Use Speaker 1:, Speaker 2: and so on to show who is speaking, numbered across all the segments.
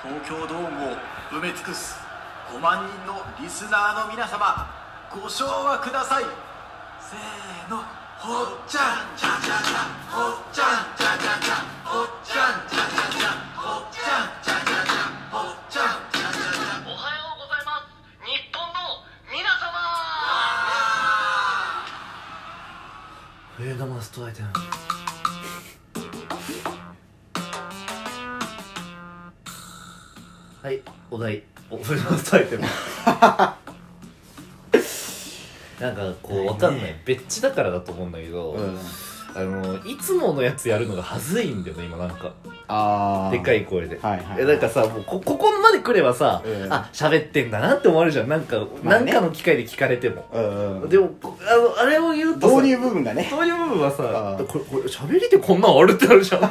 Speaker 1: 東京ドームを埋め尽くす5万人のリスナーの皆様ご唱和くださいせーのほっちゃんちゃんちゃんちゃんほっちゃんちゃんちゃんちゃんほっちゃんちゃんちゃんちゃんほっちゃんちゃんちゃんちゃんほっちゃんちゃんちゃんちゃん
Speaker 2: おはようございます日本の皆様
Speaker 3: フレードマストアイテムはいお題おフレードマストアイテ ムなんかこうわかんない別地だからだと思うんだけど、
Speaker 4: うん
Speaker 3: あのいつものやつやるのが恥ずいんだよね今なんか
Speaker 4: ああ
Speaker 3: でかい声で、
Speaker 4: はいはいはい
Speaker 3: えなんかさもうこここまで来ればさ、
Speaker 4: うん
Speaker 3: あ喋ってんだなって思われるじゃんなんか、
Speaker 4: まあ
Speaker 3: なん
Speaker 4: ね
Speaker 3: かの機会で聞かれても、
Speaker 4: うんうん
Speaker 3: でもこあのあれを言うとさ
Speaker 4: 導入部分がね
Speaker 3: そういう部分はさ
Speaker 4: あー
Speaker 3: これこれ喋りでこんなんあるってあるじゃんこ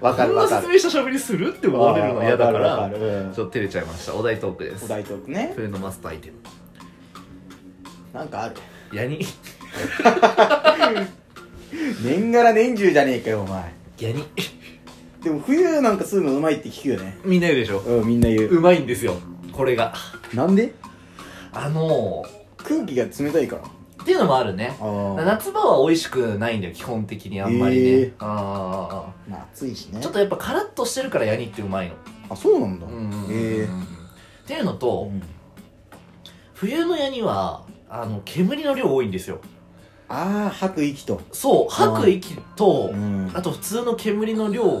Speaker 4: わかる
Speaker 3: んな
Speaker 4: わか
Speaker 3: 説
Speaker 4: る
Speaker 3: 明した喋りするって思われるのは嫌だか
Speaker 4: わ
Speaker 3: ら
Speaker 4: かるわかるうん
Speaker 3: ちょっと照れちゃいましたお題トークです
Speaker 4: お題トークね
Speaker 3: 冬のマスターアイテム
Speaker 4: なんかある
Speaker 3: ヤニ
Speaker 4: 年がら年中じゃねえかよお前
Speaker 3: ヤニ
Speaker 4: でも冬なんかするのうまいって聞くよね
Speaker 3: みんな言うでしょ
Speaker 4: うんみんな言う
Speaker 3: うまいんですよこれが
Speaker 4: なんで
Speaker 3: あのー
Speaker 4: 空気が冷たいから
Speaker 3: っていうのもあるね
Speaker 4: あー
Speaker 3: 夏場は美味しくないんだよ基本的にあんまりね、
Speaker 4: へー
Speaker 3: あーあーあ
Speaker 4: まあ暑いしね
Speaker 3: ーちょっとやっぱカラッとしてるからヤニってうまいの
Speaker 4: あそうなんだ
Speaker 3: うんうんうんうん
Speaker 4: ええ
Speaker 3: っていうのと、冬のヤニはあの煙の量多いんですよ
Speaker 4: ああ吐く息と
Speaker 3: そう吐く息と、
Speaker 4: うん
Speaker 3: あと普通の煙の量が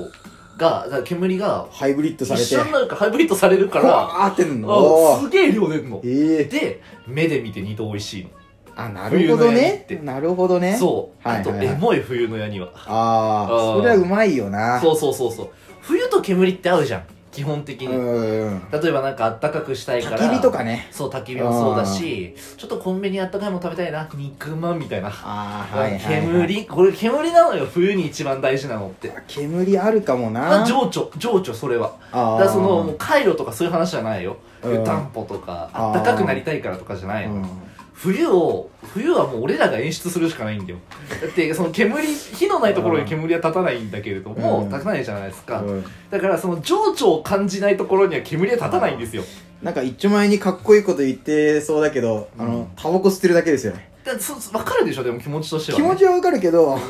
Speaker 3: だから煙が
Speaker 4: ハイブリッドさ
Speaker 3: 一
Speaker 4: れて
Speaker 3: 緒になるからハイブリッドされるか
Speaker 4: ほ
Speaker 3: ら
Speaker 4: わーってんの
Speaker 3: あ
Speaker 4: お
Speaker 3: す
Speaker 4: ー
Speaker 3: げえ量出るの
Speaker 4: ええ
Speaker 3: で目で見て二度美味しいの、
Speaker 4: あなるほど
Speaker 3: 冬のやつっ
Speaker 4: ね
Speaker 3: て
Speaker 4: なるほどねう
Speaker 3: そう、
Speaker 4: はいはいはい
Speaker 3: あとエモい冬のヤニは
Speaker 4: ああ
Speaker 3: あー
Speaker 4: それはうまいよな
Speaker 3: そうそうそうそう冬と煙って合うじゃん基本的に、
Speaker 4: うん
Speaker 3: 例えばなんかあったかくしたいから
Speaker 4: 焚き火とかね
Speaker 3: そう焚き火もそうだしちょっとコンビニあったかいもの食べたいな肉まんみたいな、
Speaker 4: ああはいはい、はい、
Speaker 3: 煙これ煙なのよ冬に一番大事なのって
Speaker 4: 煙あるかも
Speaker 3: ま
Speaker 4: な
Speaker 3: あ情緒情緒それはだ
Speaker 4: あー
Speaker 3: からそのもう回路とかそういう話じゃないよ
Speaker 4: うん
Speaker 3: 湯たんぽとかあったかくなりたいからとかじゃないの、
Speaker 4: うん
Speaker 3: 冬を冬はもう俺らが演出するしかないん だよだってその煙火のないところに煙は立たないんだけれども、
Speaker 4: うん
Speaker 3: 立たないじゃないですか、
Speaker 4: うん
Speaker 3: だからその情緒を感じないところには煙は立たないんですよ
Speaker 4: なんか一丁前にかっこいいこと言ってそうだけど、あ
Speaker 3: うん
Speaker 4: のタバコ吸ってるだけですよね
Speaker 3: だそそ分かるでしょでも気持ちとしては、
Speaker 4: 気
Speaker 3: ね、
Speaker 4: 持ちはわかるけ
Speaker 3: う
Speaker 4: ど
Speaker 3: んうん、だか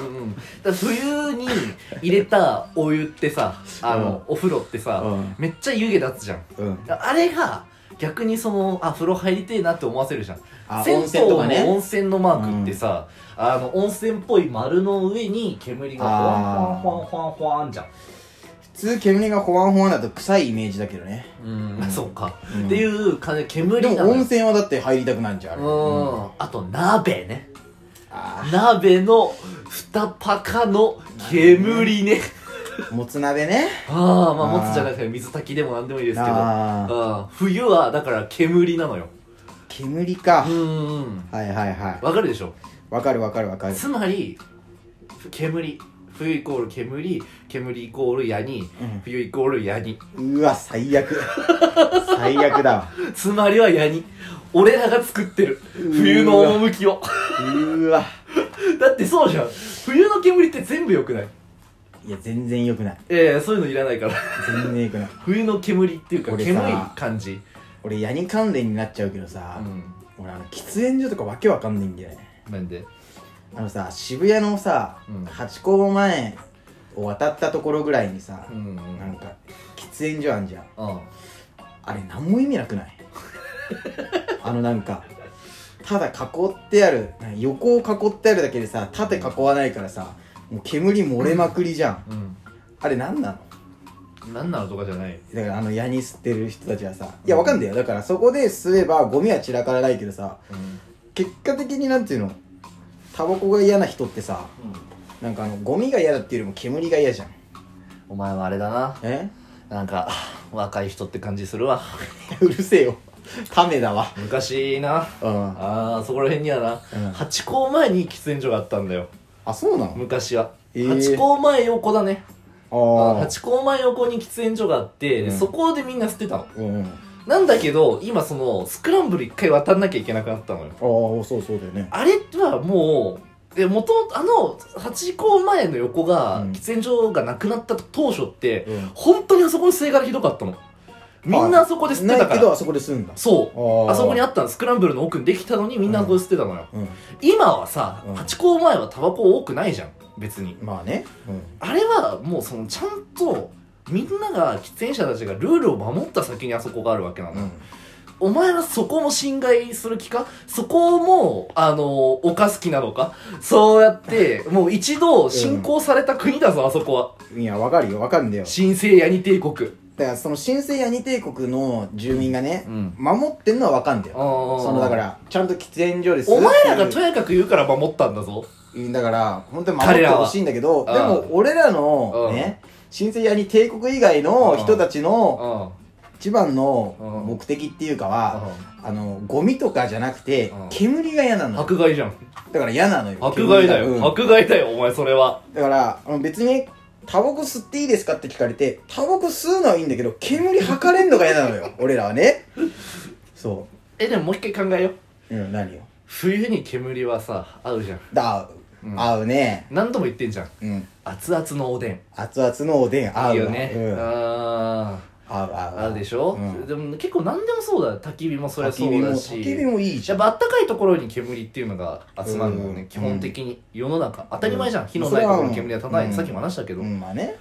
Speaker 3: ら冬に入れたお湯ってさあの、お風呂ってさ、
Speaker 4: うん
Speaker 3: めっちゃ湯気立つじゃん
Speaker 4: うん
Speaker 3: あれが逆にそのあ風呂入りてえなって思わせるじゃん
Speaker 4: あ
Speaker 3: 銭
Speaker 4: 温泉
Speaker 3: 湯の
Speaker 4: とかね
Speaker 3: 温泉のマークってさ、あの温泉っぽい丸の上に煙がほわんほわんほわんほわんほわんじゃん
Speaker 4: 普通煙がほわんほわんだと臭いイメージだけどね
Speaker 3: うん そうか、
Speaker 4: うん
Speaker 3: っていう感じで煙
Speaker 4: で
Speaker 3: な
Speaker 4: も
Speaker 3: のよ
Speaker 4: 温泉はだって入りたくなんじゃんあれ
Speaker 3: うんあと鍋ね
Speaker 4: あ
Speaker 3: 鍋の二パカの煙ね
Speaker 4: ーもつ鍋ね
Speaker 3: ああまあ
Speaker 4: あー
Speaker 3: 持つじゃなくて水炊きでも何でもいいですけど
Speaker 4: あー
Speaker 3: あー冬はだから煙なのよ
Speaker 4: 煙か
Speaker 3: う、ーん
Speaker 4: はいはいはい
Speaker 3: わかるでしょ
Speaker 4: わかるわかるわかる
Speaker 3: つまりふ煙冬イコール煙煙イコールヤニ、
Speaker 4: うん
Speaker 3: 冬イコールヤニ
Speaker 4: うわ最 悪最悪だわ
Speaker 3: つまりはヤニ俺らが作ってる
Speaker 4: うわ
Speaker 3: 冬の趣を
Speaker 4: うーわ
Speaker 3: だってそうじゃん冬の煙って全部良くない
Speaker 4: いや全然良くない
Speaker 3: ええそういうのいらないから
Speaker 4: 全然良くない
Speaker 3: 冬の煙っていうか
Speaker 4: 俺
Speaker 3: 煙
Speaker 4: さ
Speaker 3: 感じ
Speaker 4: 俺ヤニ関連になっちゃうけどさ、
Speaker 3: うん
Speaker 4: 俺あの喫煙所とかわけわかんないんだよね
Speaker 3: なんで
Speaker 4: あのさ渋谷のさ、
Speaker 3: うん
Speaker 4: ハチ公前を渡ったところぐらいにさ
Speaker 3: う、ん
Speaker 4: なんか喫煙所あんじゃん
Speaker 3: うん
Speaker 4: あれ何も意味な くないあのなんかただ囲ってあるなんか横を囲ってあるだけでさ縦囲わないからさもう煙漏れまくりじゃん、
Speaker 3: う
Speaker 4: あれ何なの
Speaker 3: んなんなのとかじゃない
Speaker 4: だからあのヤニ吸ってる人たちはさいやわかんだよだからそこで吸えばゴミは散らからないけどさ
Speaker 3: うん
Speaker 4: 結果的になんていうのタバコが嫌な人ってさなんかあのゴミが嫌だっていうよりも煙が嫌じゃん
Speaker 3: お前はあれだな
Speaker 4: え
Speaker 3: なんか若い人って感じするわ
Speaker 4: うるせえよためだわ
Speaker 3: 昔な
Speaker 4: うん
Speaker 3: あーそこら辺にはな、
Speaker 4: うん
Speaker 3: ハチ公前に喫煙所があったんだよ
Speaker 4: あそうなの
Speaker 3: 昔は、
Speaker 4: えー
Speaker 3: ハチ公前横だねあー
Speaker 4: あ
Speaker 3: ハ
Speaker 4: あ
Speaker 3: チ公前横に喫煙所があって、で
Speaker 4: うん
Speaker 3: そこでみんな吸ってたの
Speaker 4: うんうんあ
Speaker 3: なんだけど今そのスクランブル一回渡んなきゃいけなくなったのよ
Speaker 4: あそうそうだよね
Speaker 3: あれはもうで元々あの八公前の横が、
Speaker 4: うん
Speaker 3: 喫煙所がなくなった当初って、
Speaker 4: うん
Speaker 3: 本当にあそこの吸い殻ひどかったのみんなあそこで吸ってた
Speaker 4: ない
Speaker 3: か
Speaker 4: けど
Speaker 3: ら
Speaker 4: あそこで住んだ
Speaker 3: そう
Speaker 4: あ
Speaker 3: あそこにあ
Speaker 4: あ
Speaker 3: ったのスクランブルの奥にできたのにみんなあそこで吸ってたのよ、
Speaker 4: うん
Speaker 3: 今はさ
Speaker 4: うん
Speaker 3: 八公前はタバコ多くないじゃん別に
Speaker 4: まあねうん
Speaker 3: あれはもうそのちゃんとみんなが喫煙者たちがルールを守った先にあそこがあるわけなの、
Speaker 4: うん
Speaker 3: お前はそこも侵害する気かそこも、あの犯す気なのかそうやって、もう一度侵攻された国だぞ、あそこは。
Speaker 4: いやわかるよわかるんだよ
Speaker 3: 神聖ヤニ帝国。
Speaker 4: だからその神聖ヤニ帝国の住民がね、
Speaker 3: うん
Speaker 4: 守ってんのはわかんだよ
Speaker 3: そ
Speaker 4: そのだか。らちゃんと喫煙所です
Speaker 3: お前らがとやかく言うから守ったんだぞ。
Speaker 4: だから本当に守ってほしいんだけど
Speaker 3: 彼
Speaker 4: で
Speaker 3: らは
Speaker 4: も俺らの
Speaker 3: うん
Speaker 4: ね神聖ヤニ帝国以外の人たちの
Speaker 3: う
Speaker 4: 一番の
Speaker 3: うん
Speaker 4: 目的っていうかは
Speaker 3: ん。
Speaker 4: あのゴミとかじゃなくて
Speaker 3: うん
Speaker 4: 煙が嫌なのよ
Speaker 3: 迫害じゃん。
Speaker 4: だから嫌なのよ
Speaker 3: 迫害だよ。
Speaker 4: 煙がうん
Speaker 3: 迫害だよ、お前それは。
Speaker 4: だからあの別にタバコ吸っていいですかって聞かれてタバコ吸うのはいいんだけど煙吐かれんのが嫌なの よ俺らはねそ
Speaker 3: え、でももう一回考えよう。
Speaker 4: ううん何よ
Speaker 3: 冬に煙はさ、合うじゃん。
Speaker 4: だ合う、
Speaker 3: うん
Speaker 4: 合うね
Speaker 3: 何度も言ってんじゃん。
Speaker 4: うん
Speaker 3: 熱々のおでん。
Speaker 4: 熱々のおでん合うわ
Speaker 3: いいよね。
Speaker 4: うん、合う
Speaker 3: あー。
Speaker 4: 合う合う
Speaker 3: あるでしょ、
Speaker 4: うん
Speaker 3: でも結構何でもそうだよ焚き火もそりゃ
Speaker 4: 焚
Speaker 3: そ
Speaker 4: き火
Speaker 3: う
Speaker 4: も
Speaker 3: だし
Speaker 4: 焚き火もいいじ
Speaker 3: や
Speaker 4: ゃ
Speaker 3: っ
Speaker 4: ん
Speaker 3: ぱあったかいところに煙っていうのが集まるのね、
Speaker 4: うん
Speaker 3: 基本的に世の中当たり前じゃん、火のないところに煙は立たない、
Speaker 4: うん
Speaker 3: さっきも話したけど、
Speaker 4: うんまあね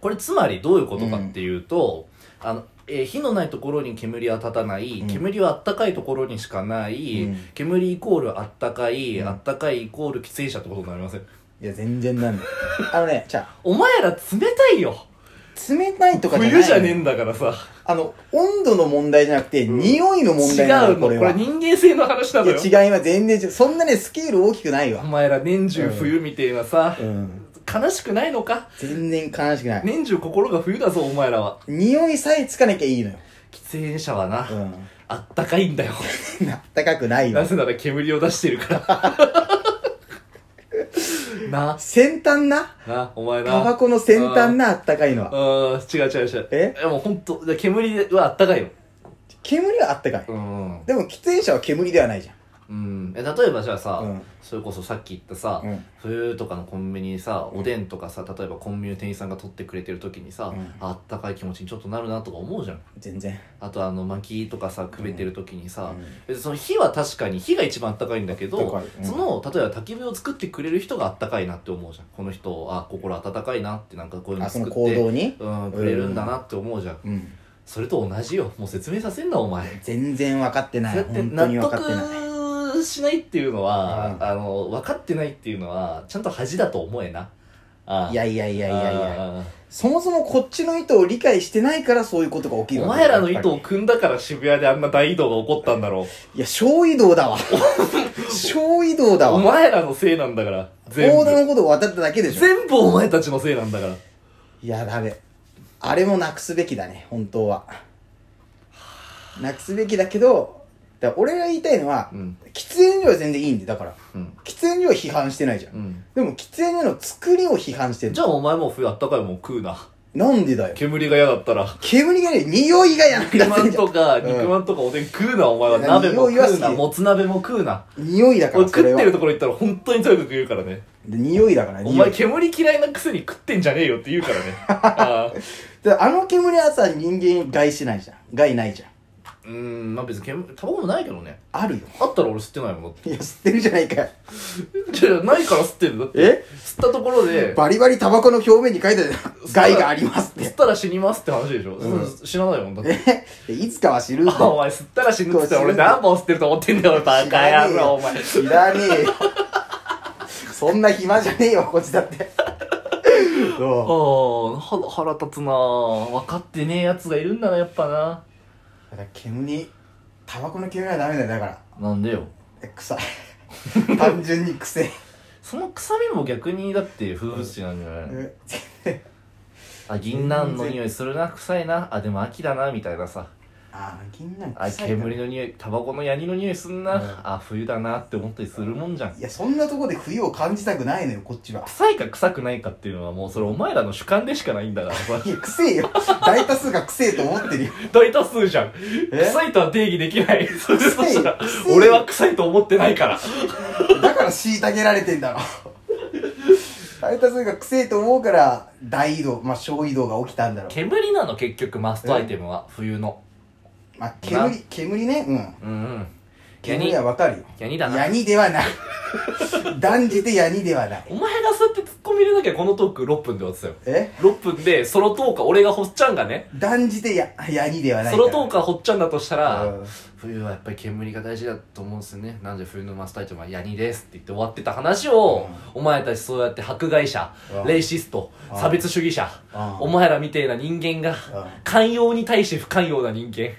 Speaker 3: これつまりどういうことかっていうと、あのえー火のないところに煙は立たない、
Speaker 4: うん
Speaker 3: 煙はあったかいところにしかない、
Speaker 4: うん
Speaker 3: 煙イコールあったかい、
Speaker 4: うん
Speaker 3: あったかいイコール喫煙者ってことになりません
Speaker 4: いや全然なんだあのねじゃ
Speaker 3: お前ら冷たいよ
Speaker 4: あ冷たいとかじゃない
Speaker 3: 冬じゃねえんだからさ
Speaker 4: あの温度の問題じゃなくて、
Speaker 3: ん
Speaker 4: 匂いの問
Speaker 3: 違
Speaker 4: 題なの
Speaker 3: うのこ
Speaker 4: こ
Speaker 3: れ
Speaker 4: れは
Speaker 3: 人間性の話なのよ
Speaker 4: いや違いは全然違うそんなねスケール大きくない
Speaker 3: お
Speaker 4: わ
Speaker 3: 前ら年中冬みてえなさ、
Speaker 4: うん
Speaker 3: 悲しくないのか
Speaker 4: 全然悲しくない、
Speaker 3: 年中心が冬だぞお前らは
Speaker 4: 匂いさえつかなきゃいいのよ
Speaker 3: 喫煙者はな、
Speaker 4: う
Speaker 3: あったかいんだよ
Speaker 4: んあったかくない
Speaker 3: な
Speaker 4: よ
Speaker 3: ぜなら煙を出してるから な
Speaker 4: 先端な
Speaker 3: なお前な
Speaker 4: タバコの先端なあったかいのは
Speaker 3: うん違う違う違う
Speaker 4: え
Speaker 3: でもうほんとだから煙はあったかいよ
Speaker 4: 煙はあったかい
Speaker 3: うん、
Speaker 4: でも喫煙者は煙ではないじ
Speaker 3: うん、え例えばじゃあさ、
Speaker 4: うん
Speaker 3: それこそさっき言ったさ、
Speaker 4: うん
Speaker 3: 冬とかのコンビニにさおでんとかさ例えばコンビニの店員さんが取ってくれてる時にさ、
Speaker 4: うん
Speaker 3: あったかい気持ちにちょっとなるなとか思うじゃん
Speaker 4: ゃん全然
Speaker 3: あとあの薪とかさくべてる時にさ、
Speaker 4: うん
Speaker 3: 別にその火は確かに火が一番あったかいんだけど、
Speaker 4: あったかいうん
Speaker 3: その例えば焚き火を作ってくれる人があったかいなって思うじゃんこの人あ心温かいなってなんかこういうの
Speaker 4: あそ
Speaker 3: 作
Speaker 4: の
Speaker 3: っ
Speaker 4: 行動
Speaker 3: て
Speaker 4: に
Speaker 3: うんくれるんだなって思うじゃん、
Speaker 4: うん
Speaker 3: それと同じよもう説明させんなお前
Speaker 4: 全然分かってな
Speaker 3: そう
Speaker 4: い
Speaker 3: やって
Speaker 4: 本当に
Speaker 3: 納
Speaker 4: 分かってない
Speaker 3: 得しないっていうのは、
Speaker 4: うん
Speaker 3: あの分かってないっていうのはちゃんと恥だと思えなああ
Speaker 4: いやいやいやいやいや
Speaker 3: ああ
Speaker 4: そもそもこっちの意図を理解してないからそういうことが起きる
Speaker 3: お
Speaker 4: わけだ
Speaker 3: 前らの意図
Speaker 4: や
Speaker 3: を
Speaker 4: っぱ
Speaker 3: 組んだから渋谷であんな大移動が起こったんだろ
Speaker 4: りいや小移動 だわ小移動
Speaker 3: う
Speaker 4: だ
Speaker 3: お
Speaker 4: わ
Speaker 3: 前らのせいなんだから全
Speaker 4: 横
Speaker 3: 部
Speaker 4: 断歩道を渡っただけでしょ
Speaker 3: 全部お前たちのせいなんだから
Speaker 4: いやだめあれもなくすべきだね本当はなくすべきだけどだから俺が言いたいのは、
Speaker 3: うん
Speaker 4: 喫煙所は全然いいんでだから
Speaker 3: うん
Speaker 4: 喫煙所は批判してないじゃん、
Speaker 3: うん
Speaker 4: でも喫煙所の作りを批判してる
Speaker 3: じゃあお前も冬あったかいもん食うな
Speaker 4: なんでだよ
Speaker 3: 煙が嫌だったら
Speaker 4: 煙がね匂いがやなく
Speaker 3: 肉
Speaker 4: なっ
Speaker 3: ま
Speaker 4: てん
Speaker 3: ん
Speaker 4: じゃん
Speaker 3: とか
Speaker 4: うん
Speaker 3: 肉まんとかおでん食うなお前は鍋も
Speaker 4: いや匂いは
Speaker 3: 食う
Speaker 4: 好
Speaker 3: な
Speaker 4: き
Speaker 3: もつ鍋も食うな
Speaker 4: 匂いだか
Speaker 3: 俺
Speaker 4: ら
Speaker 3: 食
Speaker 4: そ
Speaker 3: っ
Speaker 4: れは
Speaker 3: てるところ行ったら本当にとにかく言うからね
Speaker 4: で匂いだから
Speaker 3: お前
Speaker 4: 匂い
Speaker 3: 煙嫌いなくせに食ってんじゃねえよって言う からねあー
Speaker 4: であの煙はさ人間害しないじゃん害ないじゃん
Speaker 3: うーんまあ別に煙タバコもないけどね
Speaker 4: あるよ
Speaker 3: あったら俺吸ってないもんだっ
Speaker 4: いや吸ってるじゃないかよ
Speaker 3: て じゃあないから吸ってんだって
Speaker 4: え
Speaker 3: 吸ったところで
Speaker 4: バリバリタバコの表面に書いてあるじゃん害がありますっ
Speaker 3: 吸ってたら死にますって話でしょ、
Speaker 4: うん
Speaker 3: そ死なないもんだって
Speaker 4: えいつかは知るんだ
Speaker 3: あお
Speaker 4: よ
Speaker 3: 前吸ったら死ぬっつったら俺何本吸ってると思ってんだよバ
Speaker 4: 知
Speaker 3: カ野
Speaker 4: らねえ
Speaker 3: 郎
Speaker 4: よ
Speaker 3: お前
Speaker 4: 知らねえよそんな暇じゃねえよこっちだって
Speaker 3: あ
Speaker 4: そ
Speaker 3: あ腹腹立つなあ分かってねえやつがいるんだなやっぱな
Speaker 4: うだから煙タバコの煙はダメだよだから
Speaker 3: なんでよ
Speaker 4: え臭い単純 に臭い
Speaker 3: その臭みも逆にだって風物詩なんじゃないの、
Speaker 4: え
Speaker 3: あ銀杏の匂いするな臭いなあでも秋だなみたいなさ
Speaker 4: あー気になる
Speaker 3: あ
Speaker 4: 臭いから
Speaker 3: 煙の匂いタバコのヤニの匂いすんな、
Speaker 4: うん
Speaker 3: あ冬だなって思ったりするもんじゃん
Speaker 4: いやそんなとこで冬を感じたくないのよこっちは
Speaker 3: 臭いか臭くないかっていうのはもうそれお前らの主観でしかないんだからさ
Speaker 4: いやくせえよ大多数がくせえと思ってるよ
Speaker 3: 大多数じゃん
Speaker 4: え
Speaker 3: 臭いとは定義できないそれ
Speaker 4: 臭い
Speaker 3: したら
Speaker 4: 臭い
Speaker 3: 俺は臭いと思ってないから
Speaker 4: だから虐げられてんだろ大多数がくせえと思うから大移動まあ小移動が起きたんだろう
Speaker 3: 煙なの結局マストアイテムは冬の
Speaker 4: まあ煙煙ねう
Speaker 3: う
Speaker 4: ん
Speaker 3: んうんヤニ
Speaker 4: 煙はわかるよ
Speaker 3: ヤニだな
Speaker 4: ヤニではない断じてヤニではない
Speaker 3: お前がそうやって突っ込み入れなきゃこのトーク6分で終わってたよ
Speaker 4: え
Speaker 3: 6分でソロトーカー俺がほっちゃんがね
Speaker 4: 断じてやヤニではない
Speaker 3: ソ
Speaker 4: から
Speaker 3: ロトーカーほっちゃんだとしたら、
Speaker 4: うん
Speaker 3: 冬はやっぱり煙が大事だと思うんですよねなんで冬のマスターアイテムはヤニですって言って終わってた話を、お前たちそうやって迫害者、
Speaker 4: うん
Speaker 3: レイシスト、
Speaker 4: うん
Speaker 3: 差別主義者、
Speaker 4: うん
Speaker 3: お前らみてえな人間が、
Speaker 4: うん
Speaker 3: 寛容に対して不寛容な人間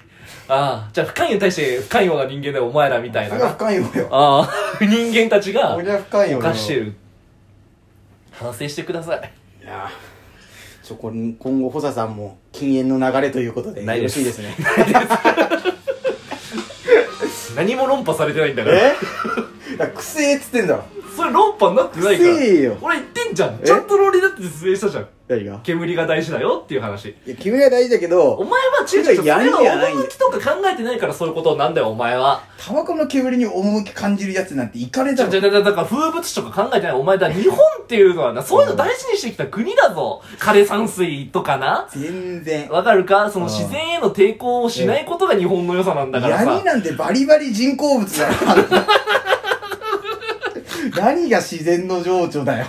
Speaker 3: ああじゃあ不寛容に対して不寛容な人間だよお前らみたい
Speaker 4: そ
Speaker 3: な
Speaker 4: れは
Speaker 3: あ
Speaker 4: 深いよよ
Speaker 3: あ人間たちが
Speaker 4: これは深いよよ
Speaker 3: 犯してる反省してください
Speaker 4: いやちょこれ今後保佐さんも禁煙の流れということで
Speaker 3: ない
Speaker 4: よ
Speaker 3: で
Speaker 4: ろ
Speaker 3: す
Speaker 4: しいですね
Speaker 3: 何も論破されてないんだから
Speaker 4: えいやくせえっ つってんだろ
Speaker 3: それ論破になってないから
Speaker 4: くせえよ
Speaker 3: 俺言ってんじゃん
Speaker 4: え
Speaker 3: ちゃんと論理だって説明したじゃん
Speaker 4: 何が
Speaker 3: 煙が大事だよっていう話
Speaker 4: いや煙が大事だけ
Speaker 3: お
Speaker 4: ど
Speaker 3: 前は違う違う違うそ
Speaker 4: いや
Speaker 3: れ
Speaker 4: 闇じゃな
Speaker 3: はい
Speaker 4: んだ
Speaker 3: 趣とか考えてないからそういうことなんだよお前は
Speaker 4: タバコの煙に趣感じるやつなんていかれ
Speaker 3: じ
Speaker 4: だ
Speaker 3: ゃ
Speaker 4: ろ
Speaker 3: じゃだから風物詩とか考えてないお前だ日本っていうのはなそういうの大事にしてきた国だぞ枯山水とかな
Speaker 4: 全然
Speaker 3: わかるかその
Speaker 4: うん
Speaker 3: 自然への抵抗をしないことが日本の良さなんだから
Speaker 4: 闇
Speaker 3: さ
Speaker 4: なんてバリバリ 人工物だろ何が自然の情緒だよ